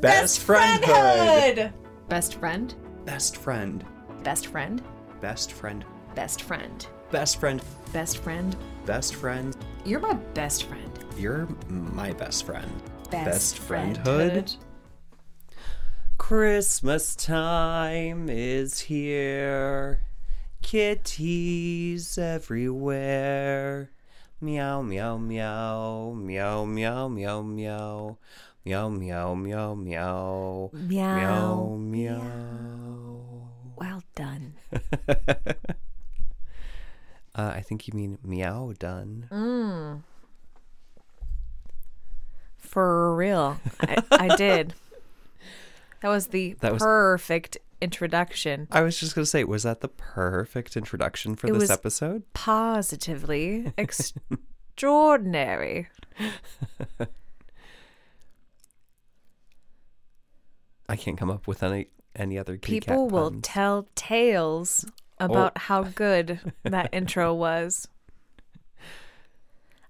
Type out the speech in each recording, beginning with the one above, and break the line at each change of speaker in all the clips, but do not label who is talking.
Best, friendhood.
Best friend?
Best friend.
Best friend?
Best friend.
Best friend.
Best friend.
Best friend.
Best friend.
You're my best friend.
You're my best friend. Best friendhood?
friendhood.
Christmas time is here. Kitties everywhere. Meow, meow, meow. Meow, meow, meow, meow. Meow, meow, meow, meow. Meow,
Meow.
meow.
Well done.
Uh, I think you mean meow done.
For real. I, I did. That was the
That was-
perfect introduction.
I was just going to say, was that the perfect introduction for
It
this
was-
episode?
Positively extraordinary.
I can't come up with any any other kitty cat
People will
puns.
tell tales about how good that intro was.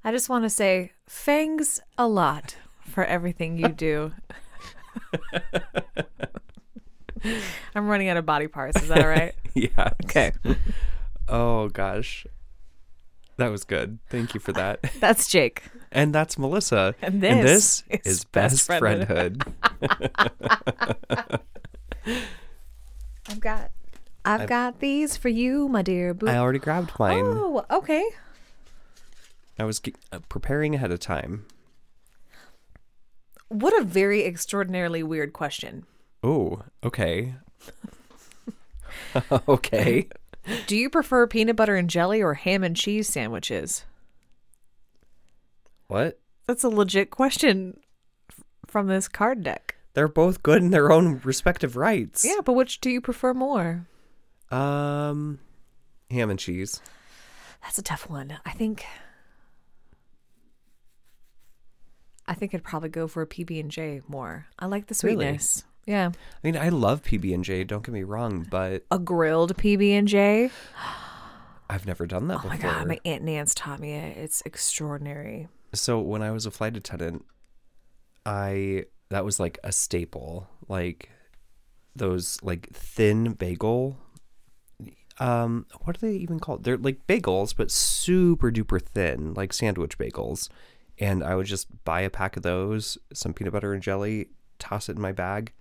I just want to say thanks a lot for everything you do. I'm running out of body parts. Is that all right?
yeah.
Okay.
Oh gosh. That was good. Thank you for that.
That's Jake.
And that's Melissa.
And
this
this
is,
is
best,
Best
friendhood.
I've got I've, got these for you, my dear boo.
I already grabbed mine.
Oh, okay.
I was ge- uh, preparing ahead of time.
What a very extraordinarily weird question.
Oh, okay. okay.
Do you prefer peanut butter and jelly or ham and cheese sandwiches?
What?
That's a legit question f- from this card deck.
They're both good in their own respective rights.
Yeah, but which do you prefer more?
Um ham and cheese.
That's a tough one. I think I think I'd probably go for a PB&J more. I like the
Really?
sweetness. Yeah.
I mean, I love PB&J, don't get me wrong, but
A grilled PB&J.
I've never done that
Oh my
before.
god, my aunt Nance taught me it. It's extraordinary.
So when I was a flight attendant, I that was like a staple, like those like thin bagel. Um, what are they even called? They're like bagels, but super duper thin, like sandwich bagels. And I would just buy a pack of those, some peanut butter and jelly, toss it in my bag.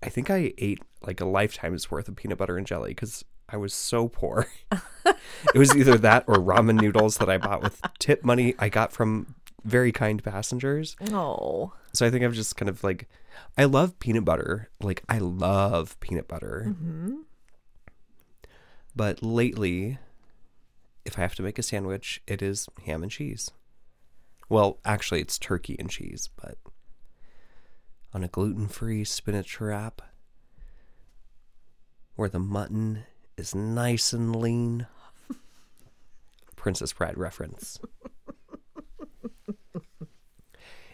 I think I ate like a lifetime's worth of peanut butter and jelly because I was so poor. It was either that or ramen noodles that I bought with tip money I got from very kind passengers.
Oh.
So I think I've just kind of like, I love peanut butter. Like, I love peanut butter. But lately, if I have to make a sandwich, it is ham and cheese. Well, actually, it's turkey and cheese, but on a gluten free spinach wrap where the mutton is nice and lean. Princess Bride reference.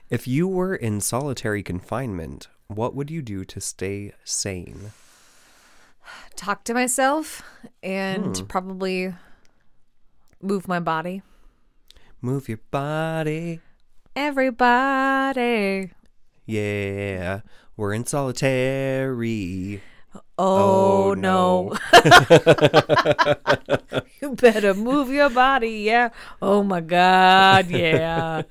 If you were in solitary confinement, what would you do to stay sane?
Talk to myself and probably move my body.
Move your body.
Everybody.
Yeah, we're in solitary.
Oh, no. You better move your body. Yeah. Oh my god. Yeah.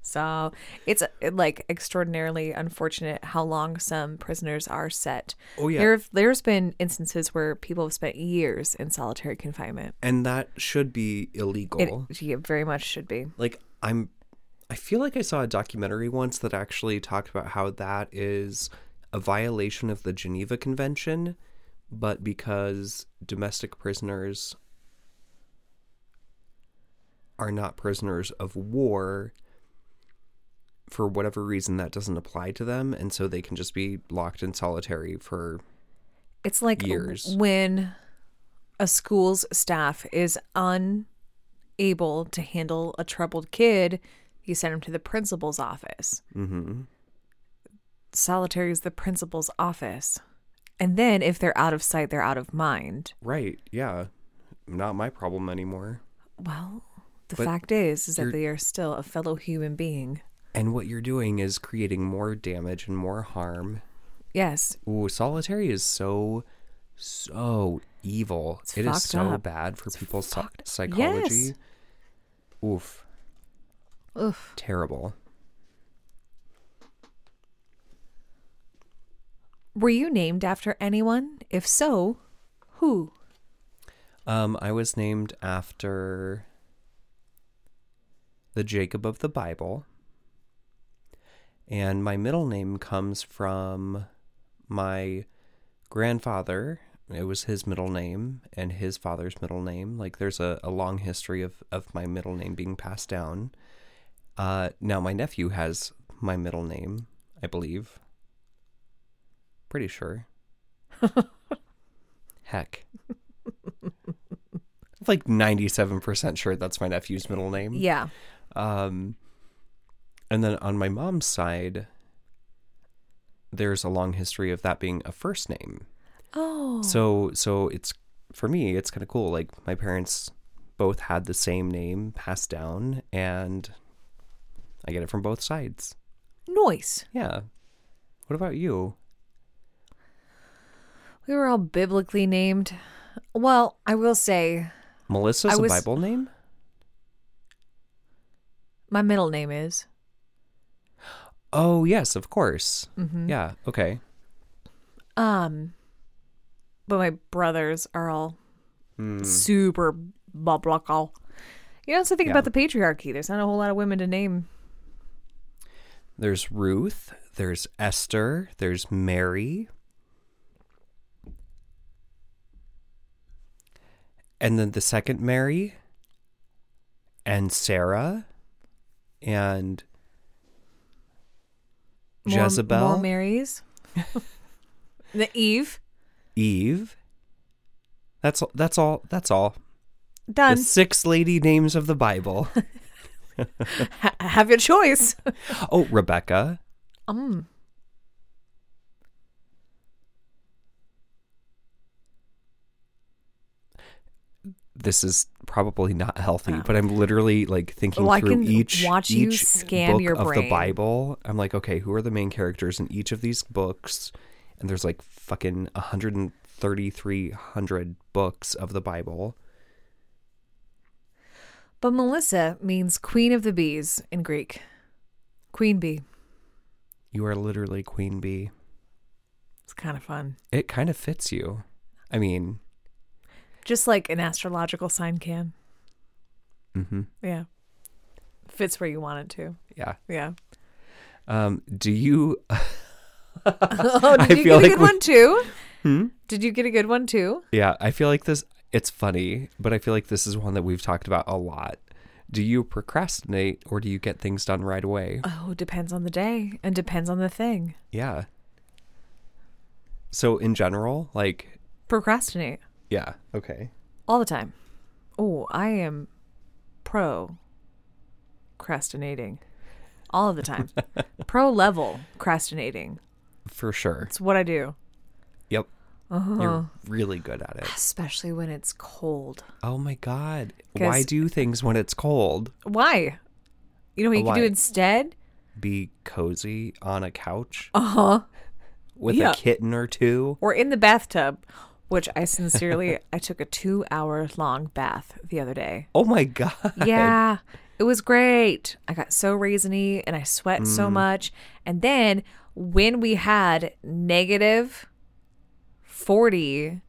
so, it's uh, like extraordinarily unfortunate how long some prisoners are set.
Oh, yeah.
There there's been instances where people have spent years in solitary confinement.
And that should be illegal.
It, yeah, very much should be.
like i'm i feel like i saw a documentary once that actually talked about how that is a violation of the geneva convention but because domestic prisoners are not prisoners of war for whatever reason that doesn't apply to them and so they can just be locked in solitary for
It's like w-
years.
when a school's staff is unable to handle a troubled kid, you send him to the principal's office.
hmm
Solitary is the principal's office. And then if they're out of sight, they're out of mind.
right yeah not my problem anymore
Well, the
But
fact is is that
you're-
they are still a fellow human being.
And what you're doing is creating more damage and more harm.
Yes.
Ooh, solitary is so, so evil. It's
fucked
so
up.
bad for people's psy-
fucked- Yes.
psychology. Oof,
Oof.
terrible.
Were you named after anyone? If so, who?
Um, I was named after the Jacob of the Bible. And my middle name comes from my grandfather. It was his middle name and his father's middle name. Like there's a, a long history of, of my middle name being passed down. Uh, now my nephew has my middle name, I believe. Pretty sure. Heck. I'm like 97% sure that's my nephew's middle name.
Yeah.
Um, and then on my mom's side, there's a long history of that being a first name.
Oh.
So, so it's for me, it's kind of cool. Like my parents both had the same name passed down, and I get it from both sides.
Noise.
Yeah. What about you?
We were all biblically named. Well, I will say I
Melissa's
was- Oh.
a Bible name?
my middle name is.
Oh, yes, of course.
Mm-hmm.
Yeah. Okay.
Um but my brothers are all
Hmm.
Hmm. super biblical. You know, so think
Yeah.
about the patriarchy. There's not a whole lot of women to name.
There's Ruth, there's Esther, there's Mary. And then the second Mary and Sarah and
More-
Jezebel,
More Marys. the Eve.
Eve. That's all, that's all that's all. The
Done.
six lady names of the Bible.
Ha- have your choice.
oh, Rebecca.
um.
This is probably not healthy, but I'm literally like thinking
Oh, I
through
can
each
watch you
each
scan
book
your
of the
brain.
Bible. I'm like, okay, who are the main characters in each of these books? And there's like fucking 13300 books of the Bible.
But Melissa means queen of the bees in Greek. Queen bee.
You are literally queen bee.
It's kind of fun.
It kind of fits you. I mean,
Just like an astrological sign can.
mhm,
Yeah. Fits where you want it to.
yeah.
Yeah.
Um, do you
Oh, did
I
you
feel
get a
like
good
we- Hmm?
one too? Did you get a good one too?
Yeah, I feel like this it's funny, but I feel like this is one that we've talked about a lot. Do you procrastinate or do you get things done right away?
Oh, depends on the day and depends on the thing.
Yeah. So in general, like
Procrastinate
yeah, okay.
all the time. Oh, I am pro procrastinating all of the time. pro level procrastinating.
For sure.
It's what I do,
Yep.
Uh-huh.
You're really good at it.
especially when it's cold.
Oh my god. Why
'Cause-
do things when it's cold?
Why? You know what you can
Why?
do instead?
Be cozy on a couch? Uh-huh. With
Oh, Yeah.
a kitten or two?
Or in the bathtub, which I sincerely, I took a two hour long bath the other day.
Oh my god.
Yeah, it was great. I got so raisiny and I sweat so much. And then when we had negative 40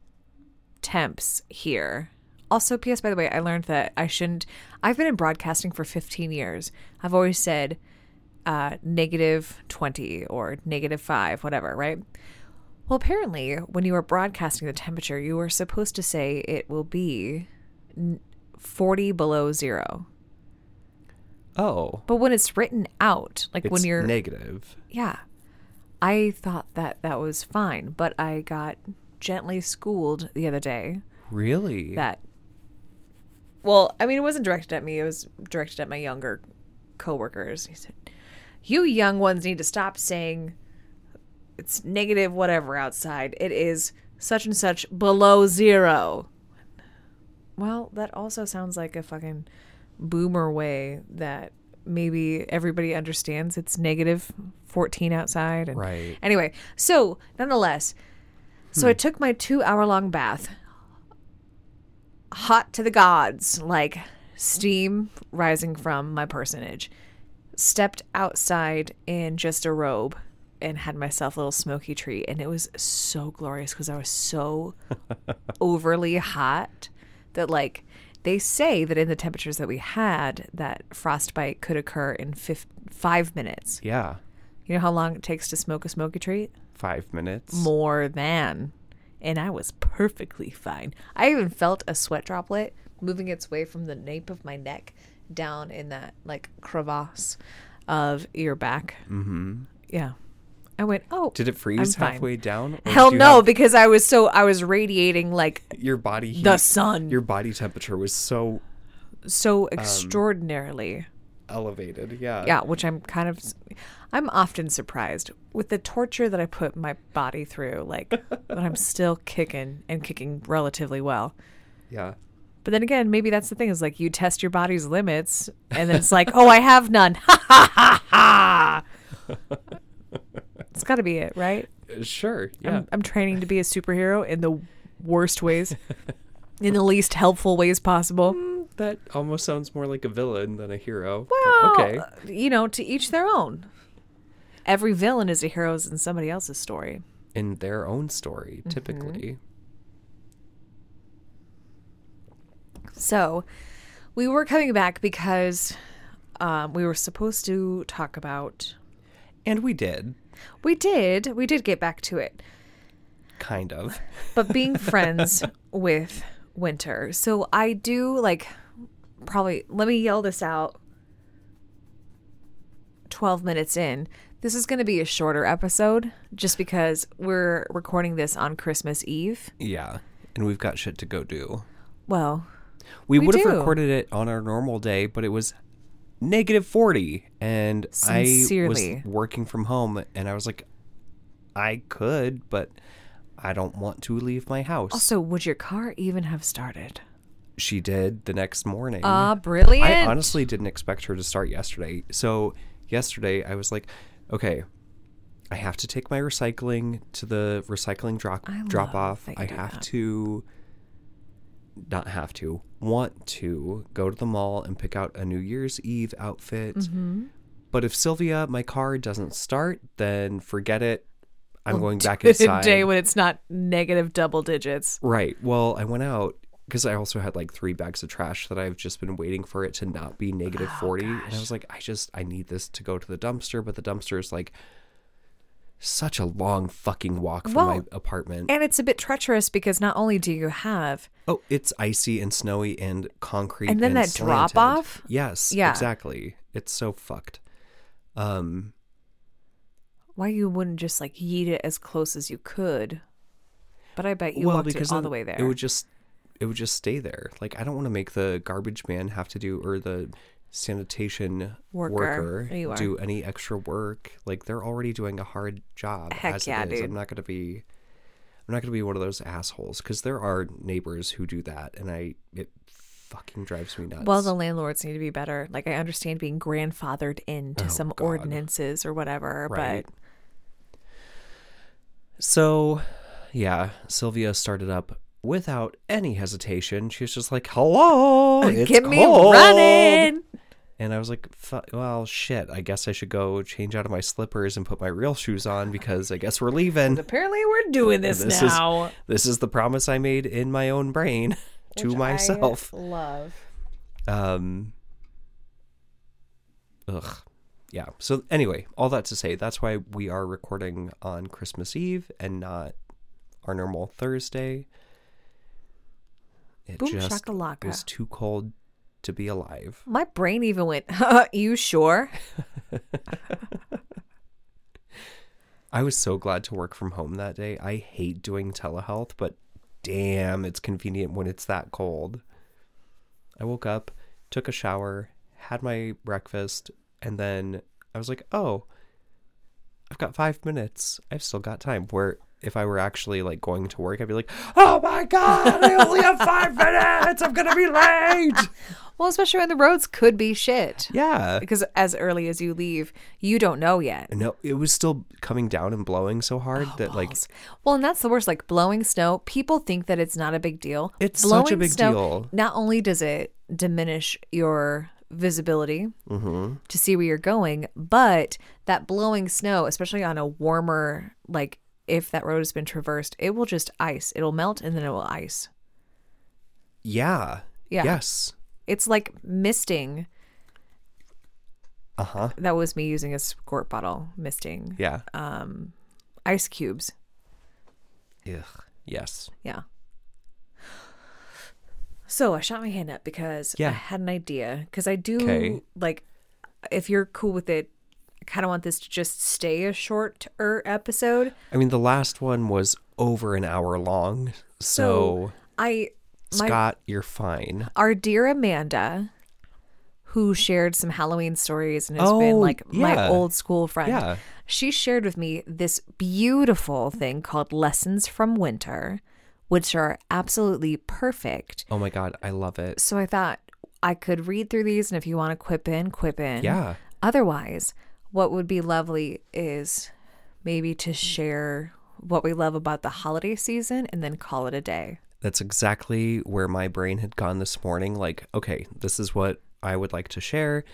temps here, also, P.S. by the way, I learned that I shouldn't, I've been in broadcasting for 15 years. I've always said uh, negative 20 or negative 5, whatever, right? Well, apparently, when you are broadcasting the temperature, you are supposed to say it will be 40 below zero.
Oh.
But when it's written out, like
It's
when you're,
negative.
yeah, I thought that that was fine, but I got gently schooled the other day
Really?
that, well, I mean, it wasn't directed at me, it was directed at my younger coworkers. He said, You young ones need to stop saying it's negative whatever outside. It is such and such below zero. Well, that also sounds like a fucking boomer way that maybe everybody understands it's negative 14 outside. And
Right.
Anyway, so nonetheless, so I took my two hour long bath, hot to the gods, like steam rising from my personage. Stepped outside in just a robe and had myself a little smoky treat. And it was so glorious because I was so overly hot that, like, they say that in the temperatures that we had, that frostbite could occur in fif- five minutes.
Yeah.
You know how long it takes to smoke a smoky treat?
Five minutes.
more than. And I was perfectly fine. I even felt a sweat droplet moving its way from the nape of my neck down in that like crevasse of your back. Mm-hmm. Yeah. I went, oh.
Did it freeze
I'm fine.
halfway down? or
Hell
did you
no,
have-
because I was so, I was radiating like
your body heat,
the sun
your body temperature was so
so
um,
extraordinarily.
elevated. Yeah.
yeah, which I'm kind of, I'm often surprised with the torture that I put my body through, like that I'm still kicking and kicking relatively well.
Yeah.
But then again, maybe that's the thing is like you test your body's limits, and then it's like, oh, I have none. Ha ha ha ha. It's got to be it, right?
Uh, Sure. Yeah.
I'm, I'm training to be a superhero in the worst ways, in the least helpful ways possible.
that almost sounds more like a villain than a hero. but
Well,
okay.
uh, You know, to each their own. Every villain is a hero in somebody else's story.
In their own story,
Mm-hmm.
typically.
So we were coming back because um, we were supposed to talk about.
And we did.
We did. We did get back to it.
Kind of.
but being friends with winter so i do like probably let me yell this out 12 minutes in this is going to be a shorter episode just because we're recording this on christmas eve
Yeah. And we've got shit to go do.
well
We, would have
do.
recorded it on our normal day, but it was negative 40. And
Sincerely.
I was working from home and I was like, I could, but I don't want to leave my house.
also would your car even have started
she did the next morning.
ah brilliant
Mm. I honestly didn't expect her to start yesterday. So yesterday I was like, okay, I have to take my recycling to the recycling drop
I love
drop off.
that you
I
do
have
that.
to not have to want to go to the mall and pick out a New Year's Eve outfit.
Mm-hmm.
But if Sylvia, my car doesn't start, then forget it. I'm going back inside.
day when it's not negative double digits
Right. Well, I went out because I also had like three bags of trash that I've just been waiting for it to not be negative
Oh,
40. And I was like, I just, I need this to go to the dumpster. But the dumpster is like such a long fucking walk from my
Well, eh
apartment.
and it's a bit treacherous because not only do you have
oh, it's icy and snowy and concrete.
And then that
slanted.
drop-off?
Yes.
Yeah.
Exactly. It's so fucked. Um,
why you wouldn't just like yeet it as close as you could. But I bet you
well,
walked it
because
all
then
the way there.
it would just, it would just stay there. Like, I don't want to make the garbage man have to do, or the sanitation
Worker.
worker,
There you are.
do any extra work. Like, they're already doing a hard job
Heck
as
yeah,
it is.
dude.
I'm not going to be, I'm not going to be one of those assholes because there are neighbors who do that, and I, it fucking drives me nuts.
well, the landlords need to be better. Like I understand being grandfathered into some
Oh, God.
ordinances or whatever,
Right.
but
So, yeah, Sylvia started up without any hesitation. She was just like, "Hello, it's
get me
cold."
running.
And I was like, "Fu- well, shit, I guess I should go change out of my slippers and put my real shoes on because I guess we're leaving.
Apparently, we're doing this,
This is-
now.
This is the promise I made in my own brain to myself.
love.
Um, ugh. Yeah. So, anyway, all that to say, that's why we are recording on Christmas Eve and not our normal Thursday. It
Boom
just
shakalaka.
was too cold to be alive.
My brain even went, "You sure?"
I was so glad to work from home that day. I hate doing telehealth, but damn, it's convenient when it's that cold. I woke up, took a shower, had my breakfast, and then I was like, oh, I've got five minutes. I've still got time. Where if I were actually like going to work, I'd be like, oh my God, I only have five minutes. I'm going to be late.
Well, especially when the roads could be shit.
Yeah.
Because as early as you leave, you don't know yet.
No, it was still coming down and blowing so hard that like
Well, and that's the worst. Like blowing snow, people think that it's not a big deal.
It's
blowing
such a big
snow,
deal.
Not only does it diminish your visibility
Mm-hmm.
to see where you're going, but that blowing snow, especially on a warmer, like if that road has been traversed, it will just ice. It'll melt and then it will ice.
yeah.
Yeah.
Yes.
It's like misting.
Uh huh.
That was me using a squirt bottle, misting
Yeah.
ice cubes.
Ugh. Yes.
Yeah. So I shot my hand up because I
Yeah.
had an idea. Because I do
'Kay.
like, if you're cool with it, I kind of want this to just stay a shorter episode.
I mean, the last one was over an hour long. So,
I, my
Scott, you're fine.
our dear Amanda, who shared some Halloween stories and has been
Oh,
like my
yeah.
old school friend,
Yeah.
she shared with me this beautiful thing called Lessons from Winter, which are absolutely perfect
Oh my God. I love it.
So I thought I could read through these, and if you want to quip in, quip in.
Yeah.
Otherwise, what would be lovely is maybe to share what we love about the holiday season and then call it a day.
That's exactly where my brain had gone this morning. Like, okay, this is what I would like to share.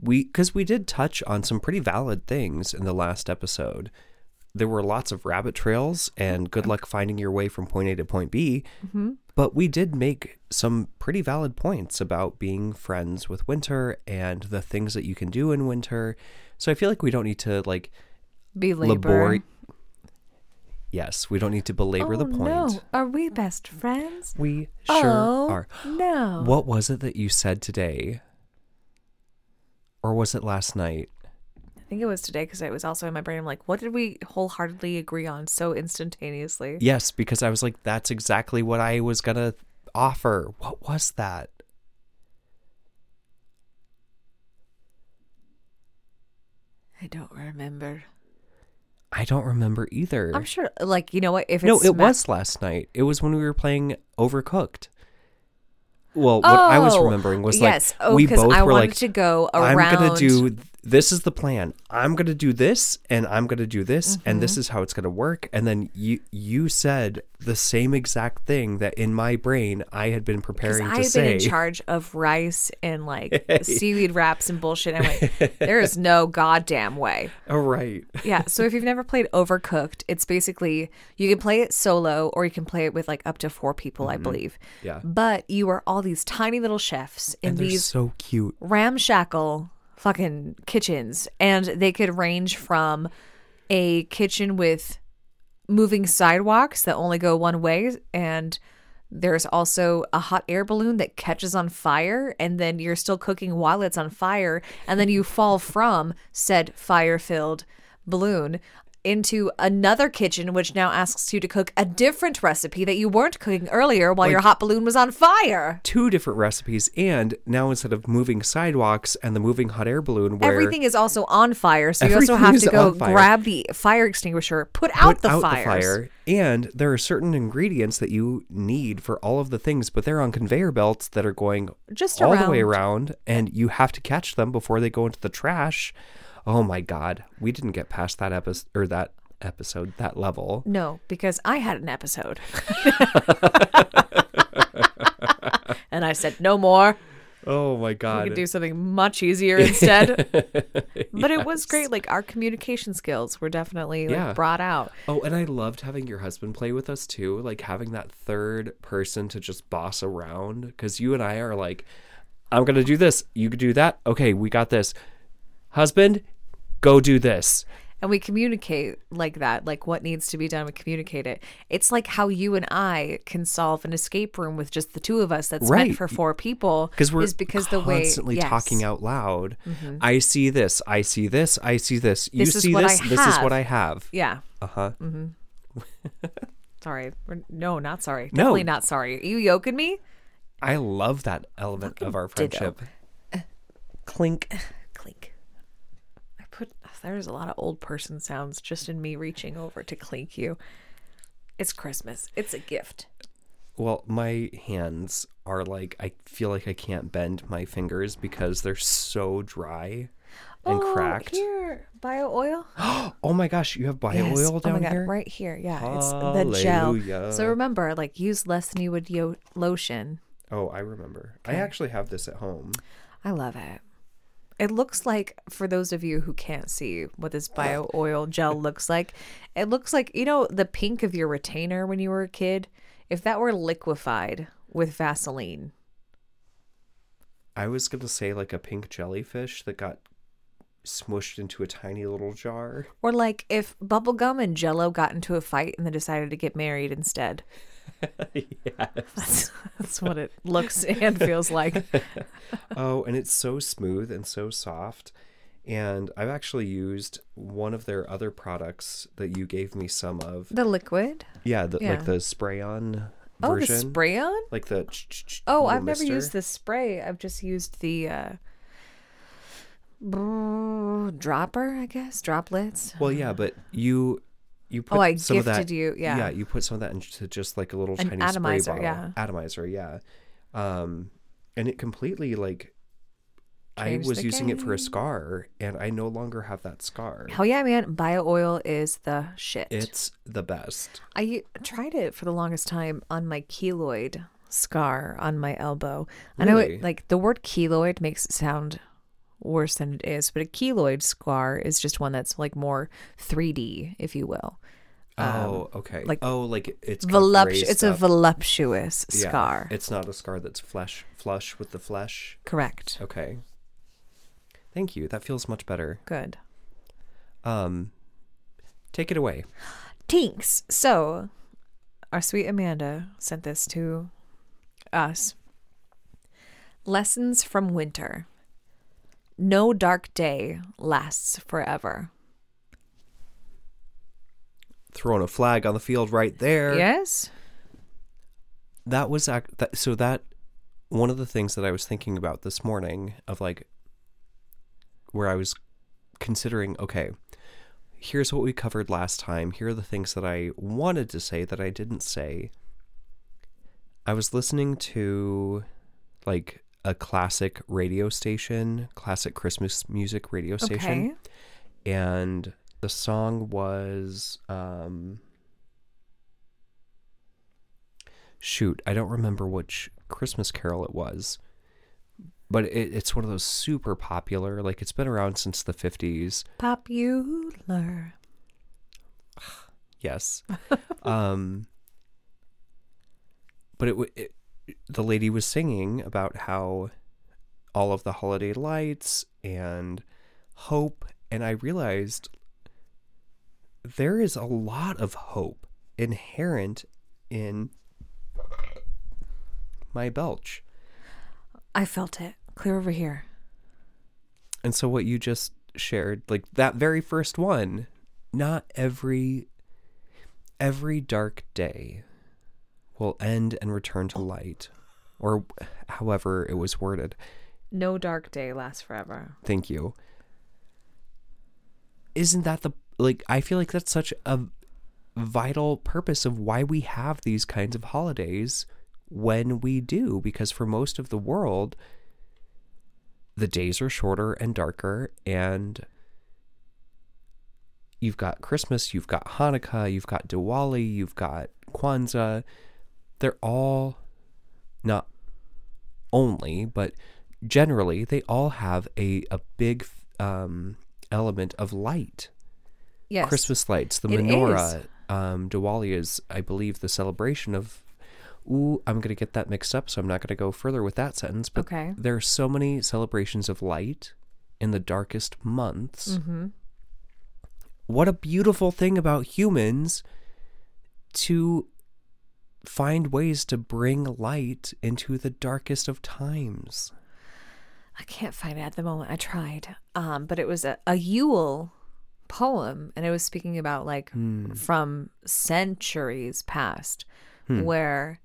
We, because we did touch on some pretty valid things in the last episode. There were lots of rabbit trails and good luck finding your way from point A to point B.
Mm-hmm.
But we did make some pretty valid points about being friends with winter and the things that you can do in winter. So I feel like we don't need to like
Be labor.
labor. Yes, we don't need to belabor the
Oh,
point.
No. Are we best friends?
We sure
Oh,
are.
No.
What was it that you said today? Or was it last night?
I think it was today because it was also in my brain. I'm like, what did we wholeheartedly agree on so instantaneously?
Yes, because I was like, that's exactly what I was going to offer. What was that?
I don't remember.
I don't remember either.
I'm sure, like, you know what? If it's
no, it
sma-
was last night. It was when we were playing Overcooked. Well, what I was
Oh,
remembering was
yes.
like
Oh,
we
'cause
both
I
were
wanted
like,
to go
I'm gonna
around-
do th- this is the plan. I'm gonna do this, and I'm gonna do this, and
Mm-hmm.
this is how it's gonna work. And then you you said the same exact thing that in my brain I had been
Because
preparing to
I had been
say.
in charge of rice and like seaweed wraps and bullshit. I'm like, there is no goddamn way.
oh right,
Yeah. So if you've never played Overcooked, it's basically you can play it solo or you can play it with like up to four people, I believe.
Mm-hmm. Yeah.
But you are all these tiny little chefs in
and they're
these
so cute.
ramshackle fucking kitchens and they could range from a kitchen with moving sidewalks that only go one way and there's also a hot air balloon that catches on fire and then you're still cooking while it's on fire and then you fall from said fire-filled balloon into another kitchen which now asks you to cook a different recipe that you weren't cooking earlier while your hot balloon was on fire
Two different recipes, and now instead of moving sidewalks and the moving hot air balloon, where
Everything is also on fire, so you also
Everything
have
is
to go
on fire.
grab the fire extinguisher, put out,
put
the,
out the
fires.
fire, and there are certain ingredients that you need for all of the things, but they're on conveyor belts that are going
Just
all the way around, and you have to catch them before they go into the trash. Oh my god, we didn't get past that episode or that episode that level.
No, because I had an episode. and I said, no more.
Oh my
We
god,
could do something much easier instead. But it was great. Like, our communication skills were definitely like,
Yeah.
brought out.
Oh, and I loved having your husband play with us too, like having that third person to just boss around because you and I are like, I'm gonna do this, you could do that. Okay, we got this. Husband, go do this.
and we communicate like that like what needs to be done we communicate it it's like how you and i can solve an escape room with just the two of us that's meant
Right.
for four people
because we're
is because the way
constantly
yes. Mm-hmm.
talking out loud. I see this. I see this. I see this. You
This is
see
what I
this. This is
have. Mm.
what I have.
yeah
Uh huh.
sorry We're- no not sorry
No.
definitely not sorry are you yoking me
I love that element of our
ditto.
friendship. Clink.
clink i put there's a lot of old person sounds just in me reaching over to clink you it's christmas it's a gift
Well, my hands are like I feel like I can't bend my fingers because they're so dry and
oh,
cracked.
Here, bio oil.
Oh my gosh, you have bio
Yes.
oil down
oh my God,
here.
right here. Yeah, it's the gel. So
Hallelujah.
remember, like use less than you would yo- lotion.
Oh, I remember. I actually have this at home.
I love it. It looks like, for those of you who can't see what this bio oil gel looks like, it looks like, you know, the pink of your retainer when you were a kid, if that were liquefied with Vaseline.
I was gonna say like a pink jellyfish that got smushed into a tiny little jar.
Or like if bubblegum and jello got into a fight and then decided to get married instead. That's, that's what it looks and feels like.
oh, and it's so smooth and so soft. And I've actually used one of their other products that you gave me some of.
The liquid.
Yeah, the,
Yeah.
like the spray on
Oh,
version.
the spray on?
Like the. ch- ch- ch-
Oh,
little
I've never
mister.
used the spray. I've just used the uh, brr- dropper, I guess, droplets.
Well, yeah, but you. You put
Oh, I
some of that,
gifted you, yeah.
yeah. You put some of that into just like a little
An
tiny
atomizer,
spray bottle.
yeah.
Atomizer, yeah. Um, and it completely like,
Changed
I was
the
using it for a
game.
scar, and I no longer have that scar.
Hell yeah, man! Bio oil is the shit.
It's the best.
I u- tried it for the longest time on my keloid scar on my elbow. I know
Really?
it like the word keloid makes it sound worse than it is, but a keloid scar is just one that's like more 3D, if you will.
Oh, okay.
Um, like,
oh, like it's kind of
Voluptuous.
raised
It's a
up.
voluptuous
Yeah,
scar.
It's not a scar that's flesh flush with the flesh.
Correct.
Okay. Thank you. That feels much better.
Good.
Um, take it away.
Tinks. So, our sweet Amanda sent this to us. Lessons from winter. No dark day lasts forever.
Throwing a flag on the field right there.
Yes?
That was ac- that, so that one of the things that I was thinking about this morning of like where I was considering okay, here's what we covered last time. Here are the things that I wanted to say that I didn't say. I was listening to like a classic radio station, classic Christmas music radio station,
Okay.
and the song was um shoot, I don't remember which Christmas carol it was. But it, it's one of those super popular, like it's been around since the 50s.
Popular.
Yes. um, but it, w- it, the lady was singing about how all of the holiday lights and hope, and I realized there is a lot of hope inherent in my belch.
I felt it. Clear over here.
And so what you just shared, like that very first one, not every every dark day will end and return to light or however it was worded.
No dark day lasts forever.
Thank you. Isn't that the like I feel like that's such a vital purpose of why we have these kinds of holidays when we do because for most of the world the days are shorter and darker and you've got Christmas, you've got Hanukkah, you've got Diwali, you've got Kwanzaa. They're all not only, but generally they all have a a big um, element of light.
Yes.
Christmas lights, the
It
menorah. Um, Diwali is, I believe, the celebration of. Ooh, I'm gonna get that mixed up, so I'm not gonna go further with that sentence. But
Okay.
there are so many celebrations of light in the darkest months.
Mm. Mm-hmm.
What a beautiful thing about humans to find ways to bring light into the darkest of times.
I can't find it at the moment. I tried. Um, but it was a, a Yule poem and it was speaking about like from centuries past where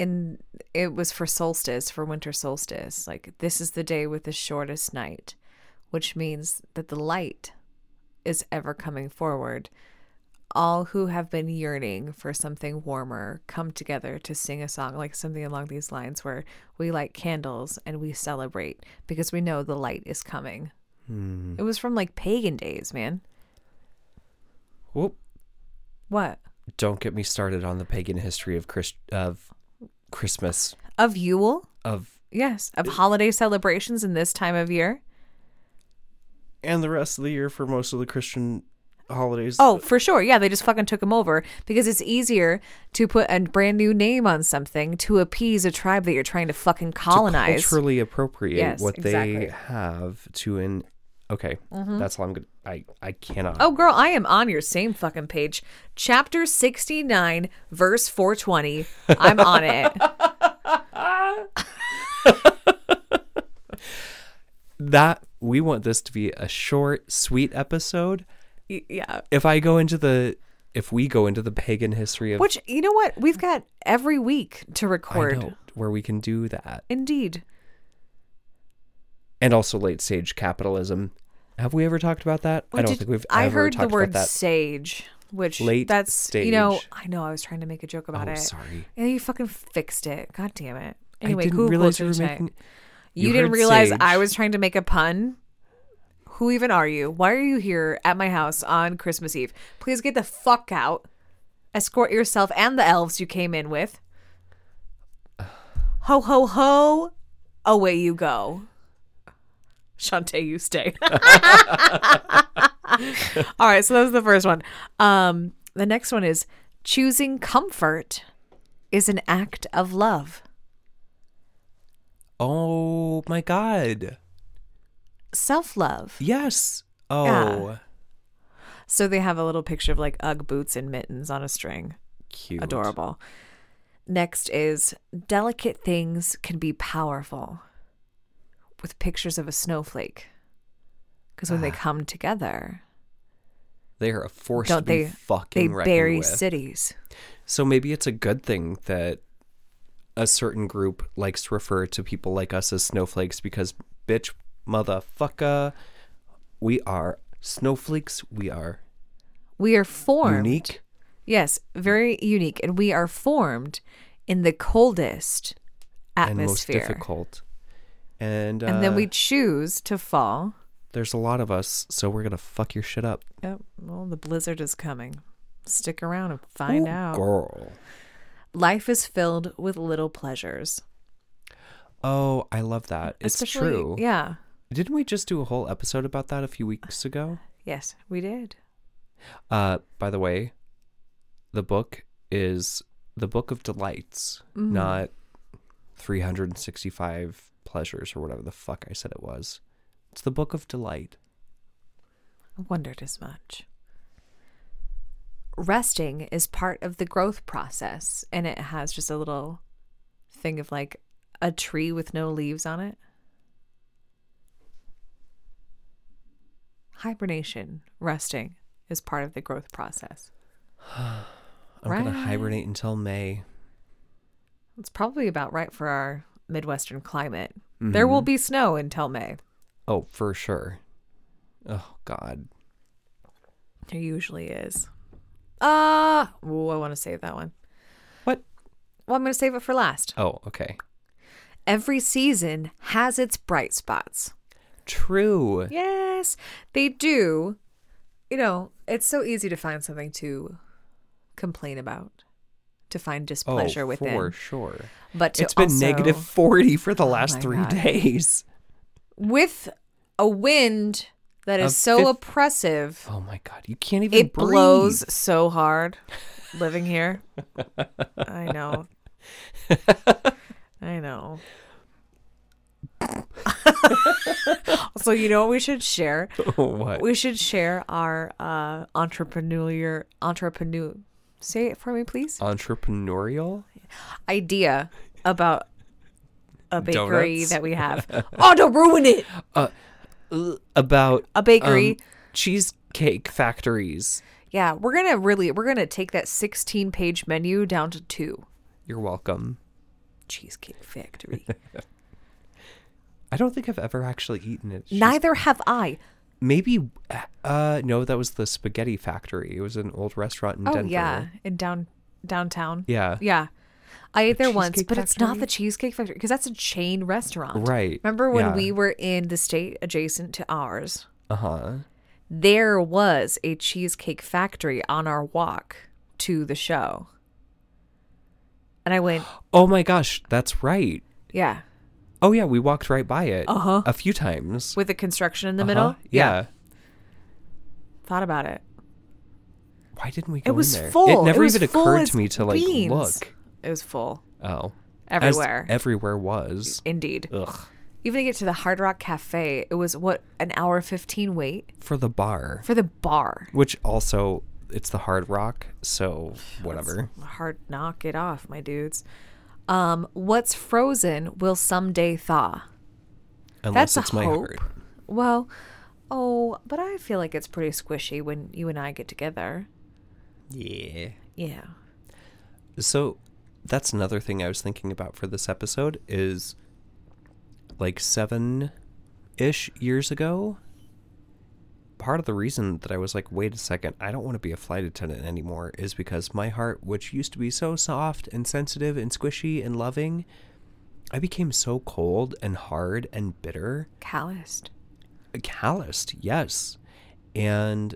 in it was for solstice, for winter solstice, like this is the day with the shortest night, which means that the light is ever coming forward all who have been yearning for something warmer come together to sing a song like something along these lines where we light candles and we celebrate because we know the light is coming. It was from like pagan days, man.
Whoop.
What?
Don't get me started on the pagan history of Christ- of Christmas
Of Yule?
of
Yes, of holiday celebrations in this time of year.
and the rest of the year for most of the Christian holidays.
Oh, for sure. Yeah, they just fucking took him over because it's easier to put a brand new name on something to appease a tribe that you're trying to fucking colonize.
culturally appropriate
Yes,
what
exactly. Mm-hmm.
they have to an okay that's all i'm gonna i i cannot
Oh, girl, I am on your same fucking page. Chapter 69, verse 420. I'm on it.
that we want this to be a short sweet episode
Y- yeah.
if i go into the if we go into the pagan history of
Which, you know what? We've got every week to
I
record.
know, where we can do that
Indeed.
and also late stage capitalism have we ever talked about that i
We
don't
did-
think we've
I
ever
heard
talked
the word
about that
sage, which
Late
that's, you know,
stage.
I know I was trying to make a joke about
oh
it.
sorry
Yeah, you fucking fixed it. God damn it. Anyway,
i didn't
who
realize
realized
you
you
were making
You,
you
didn't
heard
realize
sage.
I was trying to make a pun. Who even are you? Why are you here at my house on Christmas Eve? Please get the fuck out. Escort yourself and the elves you came in with. Ho ho ho. Away you go. Shantae, you stay. All right, so that was the first one. Um, the next one is choosing comfort is an act of love.
oh my god
Self love.
yes oh
So they have a little picture of like Ugg boots and mittens on a string.
cute
Adorable. Next is delicate things can be powerful with pictures of a snowflake. Because when they
Ah.
come together,
They are a force
don't
to be
they? They
fucking reckoned
bury
with.
cities.
so maybe it's a good thing that a certain group likes to refer to people like us as snowflakes because bitch motherfucker we are snowflakes we are
We are formed.
unique
Yes, very unique. And we are formed in the coldest
and most
atmosphere.
difficult and uh,
and then we choose to fall.
there's a lot of us so we're gonna fuck your shit up
Yep. Well, the blizzard is coming. Stick around and find
Ooh,
out.
girl
Life is filled with little pleasures.
oh i love that it's
Especially-
true
Yeah.
didn't we just do a whole episode about that a few weeks ago
Yes, we did.
Uh, by the way, the book is the Book of Delights,
Mm-hmm.
not 365 Pleasures or whatever the fuck I said it was. It's the Book of Delight.
I wondered as much. Resting is part of the growth process, and it has just a little thing of like a tree with no leaves on it. Hibernation, resting is part of the growth process.
I'm gonna
Right.
hibernate until May.
It's probably about right for our Midwestern climate. There
Mm-hmm.
will be snow until May.
Oh, for sure. Oh God.
There usually is. Ah, ooh, I want to save that one.
What?
Well, I'm going to save it for last.
Oh, okay.
Every season has its bright spots.
True.
Yes, they do. You know, it's so easy to find something to complain about, to find
Oh,
displeasure within.
for sure.
But to
It's been
also- Oh
negative forty for the last
my
three
God.
days.
with a wind that is
A
so
fif-
oppressive.
Oh my God. You can't even
It
breathe.
blows so hard living here. I know. I know. so you know what we should share?
what?
We should share our uh entrepreneurial entrepreneur say it for me please.
Entrepreneurial.
Idea about a bakery
Donuts?
that we have. oh, don't ruin it.
Uh, about
A bakery.
um, cheesecake factories.
yeah, we're going to really we're going to take that 16-page menu down to 2.
You're welcome.
Cheesecake Factory.
I don't think I've ever actually eaten it. It's just-
Neither have I.
maybe uh no, that was the spaghetti factory. It was an old restaurant in
Oh
Denver.
yeah, in down downtown.
Yeah.
Yeah. I ate there once,
Cheesecake
but it's not
Factory?
the Cheesecake Factory because that's a chain restaurant.
Right,
Remember when
yeah.
we were in the state adjacent to ours?
Uh-huh.
There was a Cheesecake Factory on our walk to the show. And I went,
Oh my gosh, that's right.
yeah,
Oh yeah, we walked right by it
Uh-huh.
a few times.
with the construction in the
Uh-huh,
middle.
Yeah.
Thought about it.
Why didn't we
It
go
was
in there?
full.
It never
was
even
full
occurred
as
to me to like
beans.
look.
It was full
Oh. As
everywhere.
everywhere was.
Indeed.
Ugh.
Even to get to the Hard Rock Cafe, it was what, an hour 15 wait
For the bar.
for the bar.
Which also it's the hard rock, so whatever.
hard knock it off, my dudes. Um, what's frozen will someday thaw.
Unless
That's a
it's my
hope.
heart.
Well, oh, but I feel like it's pretty squishy when you and I get together.
Yeah.
Yeah.
So that's another thing I was thinking about for this episode is like seven ish years ago. Part of the reason that I was like, wait a second, I don't want to be a flight attendant anymore is because my heart, which used to be so soft and sensitive and squishy and loving, I became so cold and hard and bitter
Calloused.
calloused, yes. And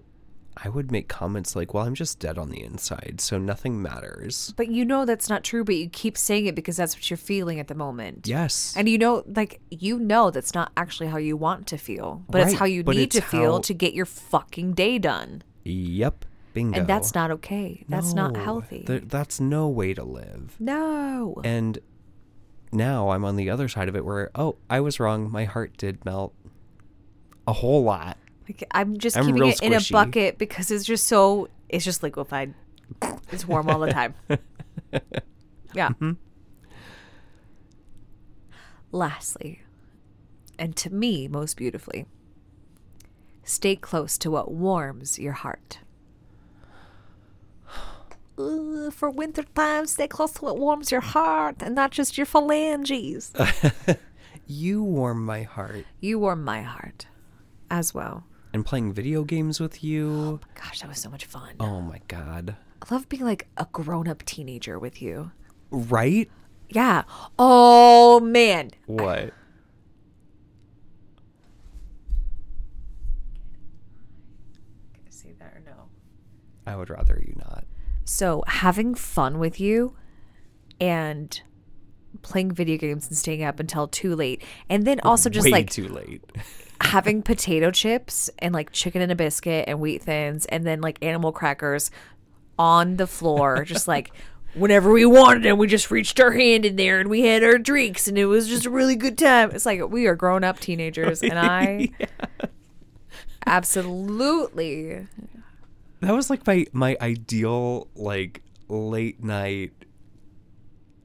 I would make comments like, well, I'm just dead on the inside, so nothing matters.
But you know that's not true, but you keep saying it because that's what you're feeling at the moment.
Yes.
And you know, like, you know that's not actually how you want to feel, but it's
Right,
how you
but
need
it's
to
how-
feel to get your fucking day done.
yep. Bingo.
And that's not okay. That's not
No,
healthy.
there- that's no way to live.
no.
And now I'm on the other side of it where, oh, I was wrong. My heart did melt a whole lot.
Like, I'm just
I'm
keeping
real
it in a
squishy.
bucket because it's just so it's just liquefied. It's warm all the time. Yeah.
Mm-hmm.
Lastly, and to me most beautifully, stay close to what warms your heart. Ooh, for winter time, stay close to what warms your heart and not just your phalanges.
You warm my heart.
you warm my heart as well.
And playing video games with you.
Gosh, that was so much fun.
Oh my God.
I love being like a grown up teenager with you.
Right?
Yeah. Oh man.
What?
See that or no?
I would rather you not.
So having fun with you and playing video games and staying up until too late. And then also just
Way
like
too late.
having potato chips and like chicken and a biscuit and wheat thins and then like animal crackers on the floor, just like whenever we wanted and we just reached our hand in there and we had our drinks and it was just a really good time. It's like we are grown up teenagers and I absolutely
That was like my my ideal like late night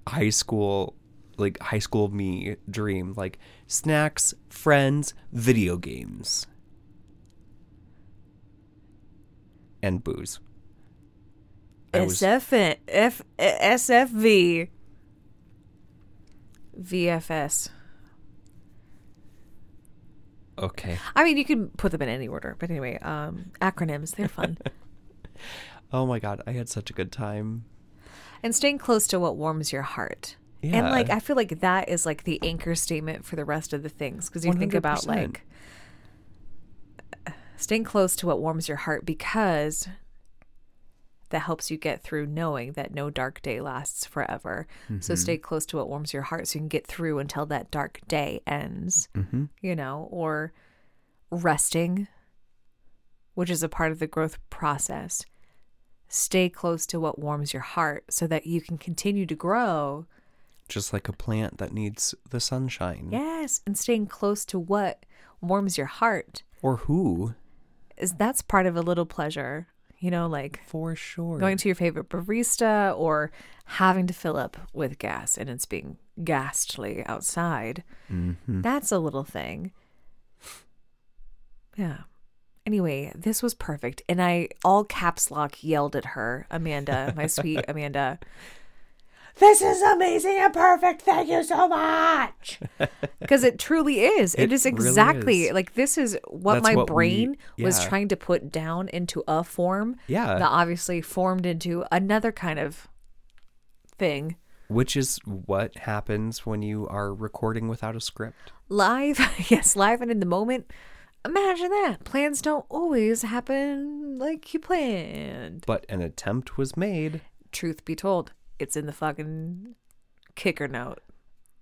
high school like high school me dream like snacks, friends, video games and booze. I was-
SF F SFV VFS.
Okay.
I mean, you can put them in any order, but anyway, um, acronyms, they're fun.
Oh my god, I had such a good time.
and staying close to what warms your heart. And
Yeah.
like I feel like that is like the anchor statement for the rest of the things because you think about
100%.
like staying close to what warms your heart because that helps you get through knowing that no dark day lasts forever. So stay close to what warms your heart so you can get through until that dark day ends. You know, or resting, which is a part of the growth process stay close to what warms your heart so that you can continue to grow.
Just like a plant that needs the sunshine.
Yes, and staying close to what warms your heart
Or who?
is that's part of a little pleasure. You know, like
For sure.
going to your favorite barista or having to fill up with gas and it's being ghastly outside.
Mm-hmm.
That's a little thing. Yeah. Anyway, this was perfect. And I all caps lock yelled at her, Amanda, my sweet Amanda. this is amazing and perfect. Thank you so much. Because it truly is. it
It
is
really
exactly
is.
like this is what
That's
my
what we-
brain was
yeah.
trying to put down into a form.
Yeah.
That obviously formed into another kind of thing.
Which is what happens when you are recording without a script.
Live, yes, live and in the moment. Imagine that. Plans don't always happen like you planned.
But an attempt was made.
Truth be told, it's in the fucking kicker note.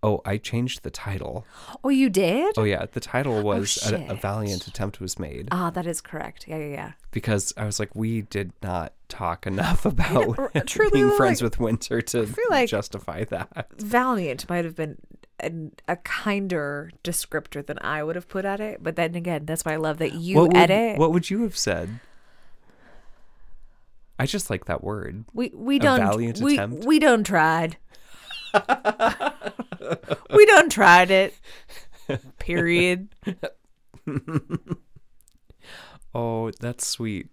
Oh, I changed the title.
Oh, you did?
Oh, yeah. The title was a, a
shit.
valiant attempt was made
Ah, that is correct. Yeah, yeah, yeah.
because I was like, we did not talk enough about
r- truly,
being
though,
friends
like,
with Winter to
feel like-
justify that.
Valiant might have been an, a kinder descriptor than I would have put at it. But then again, that's why I love that you
what would,
edit.
What would you have said? I just like that word.
we we done
valiant
we
attempt?
we done tried. we done tried it. Period.
Oh, that's sweet.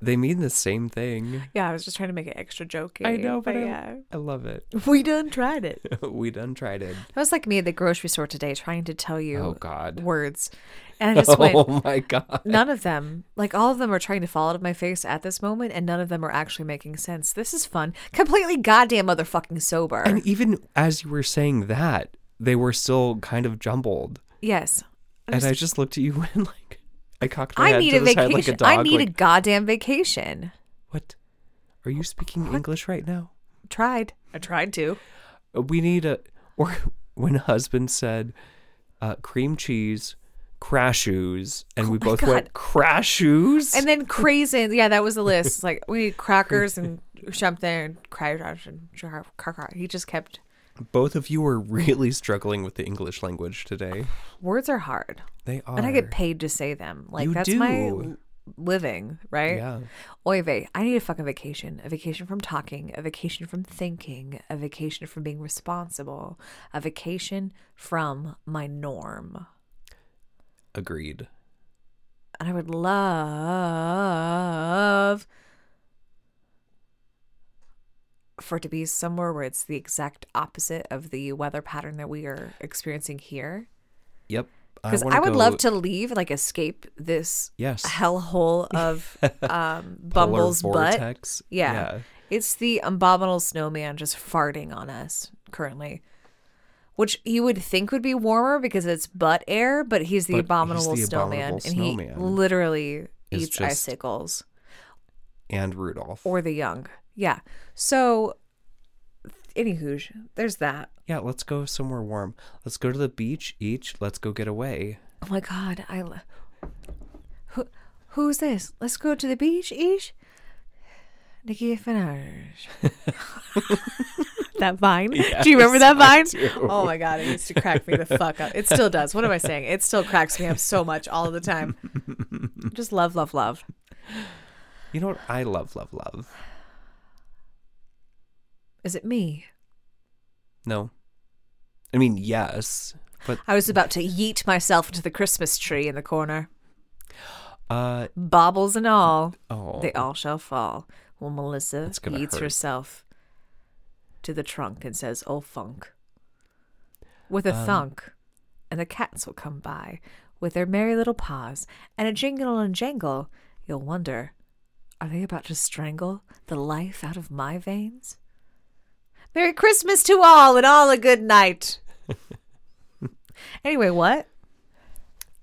They mean the same thing.
Yeah, I was just trying to make it extra jokey.
I know, but, I,
yeah,
I love it.
we done tried it.
we done tried it.
That was like me at the grocery store today, trying to tell you
Oh God.
words, and I just went.
Oh my God.
None of them, like all of them, are trying to fall out of my face at this moment, and none of them are actually making sense. This is fun. Completely goddamn motherfucking sober.
And even as you were saying that, they were still kind of jumbled.
yes.
And I just looked at you and like I cocked my
I
head
need
to
a
the side
vacation.
like a dog.
I need
like,
a goddamn vacation.
what? Are you speaking English right now? Uh,
Tried. I tried to.
we need a or when husband said uh, cream cheese crash shoes and we both went crash shoes
Oh And then craisins. Yeah, that was the list. It's like, we need crackers and something and crackers and car- car- car. He just kept.
both of you were really struggling with the english language today
Words are hard.
they are
And I get paid to say them. Like,
You
that's my
do.
l- living, right?
yeah
Oy vey, I need a fucking vacation. A vacation from talking, a vacation from thinking, a vacation from being responsible, a vacation from my norm.
agreed
And I would love for it to be somewhere where it's the exact opposite of the weather pattern that we are experiencing here.
yep
Because
wanna
I, would
go-
love to leave, like escape this
Yes.
hellhole of um,
polar
Bumble's butt.
vortex.
Yeah. It's the abominable snowman just farting on us currently. Which you would think would be warmer because it's butt air, but he's the
But he's
abominable
the
snowman
abominable
and
snowman.
he literally
Is
eats
just-
icicles
and rudolph
or the young. Yeah. So anywho, there's that.
yeah let's go somewhere warm let's go to the beach each let's go get away
Oh my god, I lo- Who who's this? Let's go to the beach, Ish. Nicki Minaj. that vine. do you remember that vine? Oh my god, it used to crack me the fuck up. It still does. What am I saying? It still cracks me up so much all the time. Just love, love, love.
you know what i love love love
Is it me?
no i mean yes but
I was about to yeet myself into the Christmas tree in the corner.
uh
Baubles and all,
oh
they all shall fall. Well, Melissa
That's gonna
yeets
hurt.
herself to the trunk and says, Oh, funk. With
Um,
a thunk. And the cats will come by with their merry little paws and a jingle and jangle. You'll wonder, are they about to strangle the life out of my veins? Merry Christmas to all and all a good night. anyway, what?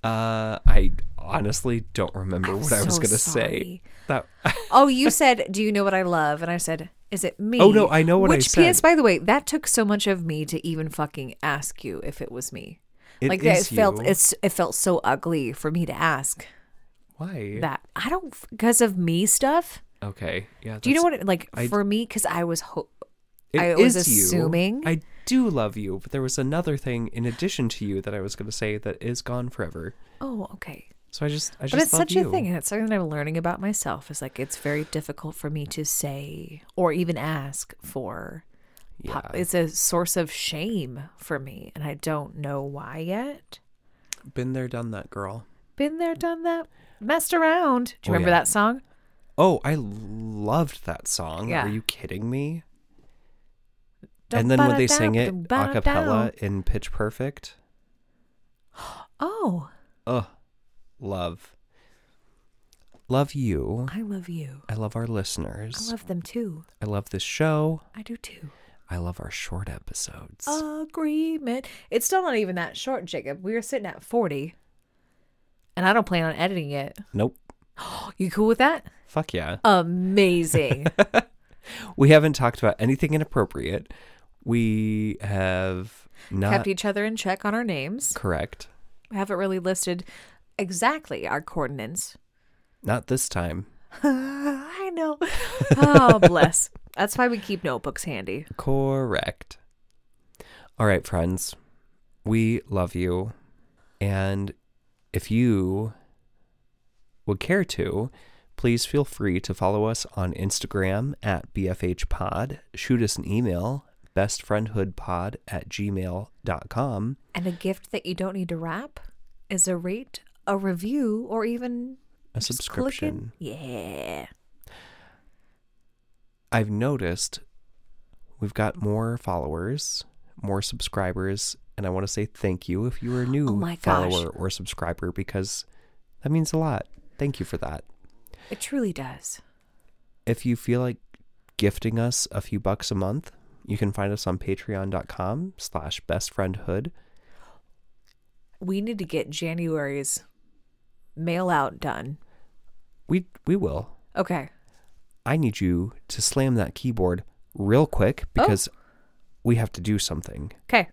Uh, I honestly don't remember
I'm
what I was
so
gonna
sorry.
say. That
Oh, you said, "Do you know what I love?" And I said, "Is it me?"
Oh, no, I know what I
Which,
said.
P.S. By the way, that took so much of me to even fucking ask you if it was me.
It
like
is
it felt
you.
it's it felt so ugly for me to ask
why?
that. I don't because of me stuff.
okay, yeah.
Do you know
that's-
what? It, like
I-
for me, because I was ho-
It
I was
is you.
assuming-
I do love you, but there was another thing in addition to you that I was gonna say that is gone forever.
oh okay.
So I just, I just.
But it's
love
such
you.
a thing, and it's something that I'm learning about myself. Is like it's very difficult for me to say or even ask for.
Yeah.
It's a source of shame for me, and I don't know why yet.
Been there, done that, girl.
Been there, done that, messed around. Do you
Oh,
remember
yeah.
that song?
Oh, I loved that song.
Yeah.
Are you kidding me? And then when they sang it a cappella in Pitch Perfect,
Oh,
ugh, love. Love you.
I love you.
I love our
I
listeners.
love them too.
I love this show.
I do too.
I love our short episodes.
Agreement. It's still not even that short, Jacob. We are sitting at 40. And I don't plan on editing it.
Nope.
You cool with that?
Fuck yeah.
Amazing.
We haven't talked about anything inappropriate. We have not
Kept each other in check on our names.
correct.
I haven't really listed exactly our coordinates.
Not this time.
I know. Oh, bless. That's why we keep notebooks handy.
Correct. All right, friends. We love you. And if you would care to, please feel free to follow us on Instagram at BFHpod. Shoot us an email, bestfriendhoodpod at gmail.com.
And a gift that you don't need to wrap is a rate, a review, or even
A
just
subscription.
clicking. Yeah.
I've noticed we've got more followers, more subscribers, and I want to say thank you if you are a new
Oh my gosh.
follower or subscriber because that means a lot. Thank you for that.
It truly does.
If you feel like gifting us a few bucks a month, you can find us on patreon.com slash bestfriendhood.
We need to get January's mail out done.
We we will.
Okay.
I need you to slam that keyboard real
Oh.
quick because we have to do something.
Okay.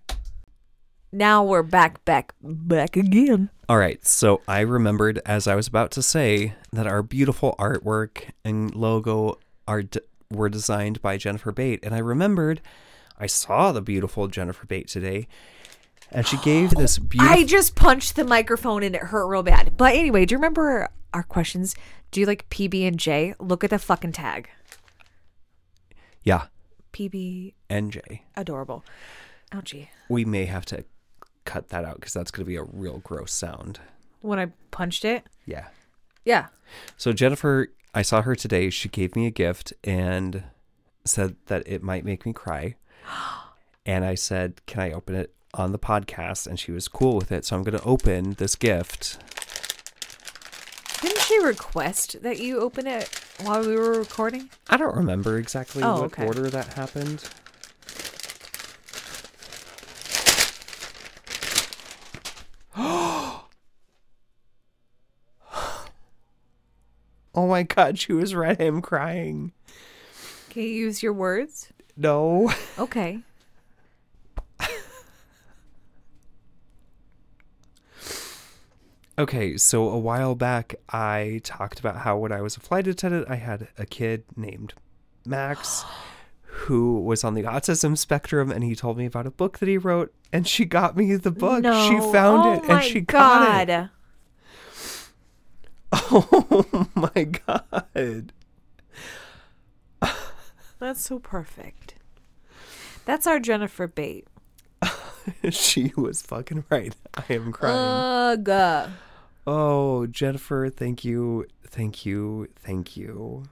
Now we're back, back, back again.
All right, so I remembered as I was about to say that our beautiful artwork and logo are d- were designed by Jennifer Bate, and I remembered I saw the beautiful Jennifer Bate today, and she gave this beautiful.
I just punched the microphone and it hurt real bad. But anyway, do you remember our questions? Do you like PB and J? Look at the fucking tag.
yeah,
PB
NJ.
adorable. Ouchie.
We may have to cut that out because that's going to be a real gross sound.
When I punched it.
Yeah.
Yeah.
So Jennifer, I saw her today. She gave me a gift and said that it might make me cry. And I said, "Can I open it on the podcast?" And she was cool with it. So I'm going to open this gift.
Didn't she request that you open it while we were recording?
I don't remember exactly
Oh,
what
okay.
order that happened. oh my god, she was red him crying.
Can you use your words?
No.
Okay.
Okay, so a while back, I talked about how when I was a flight attendant, I had a kid named Max who was on the autism spectrum, and he told me about a book that he wrote, and she got me the book. She
No.
found
Oh
it, and
my
she got
God.
it. Oh my god.
That's so perfect. That's our Jennifer Bate.
she was fucking right. I am
Uh.
crying.
Ugh.
oh, Jennifer, thank you. Thank you. Thank you.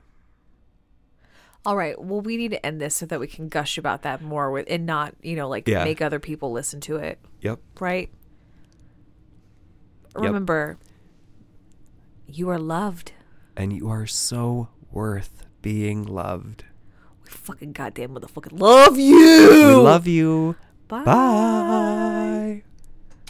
All right. Well, we need to end this so that we can gush about that more with and not, you know, like
Yeah.
make other people listen to it,
Yep.
right? Remember, you are loved.
And you are so worth being loved.
We fucking goddamn motherfucking love you.
We love you.
Bye.
Bye.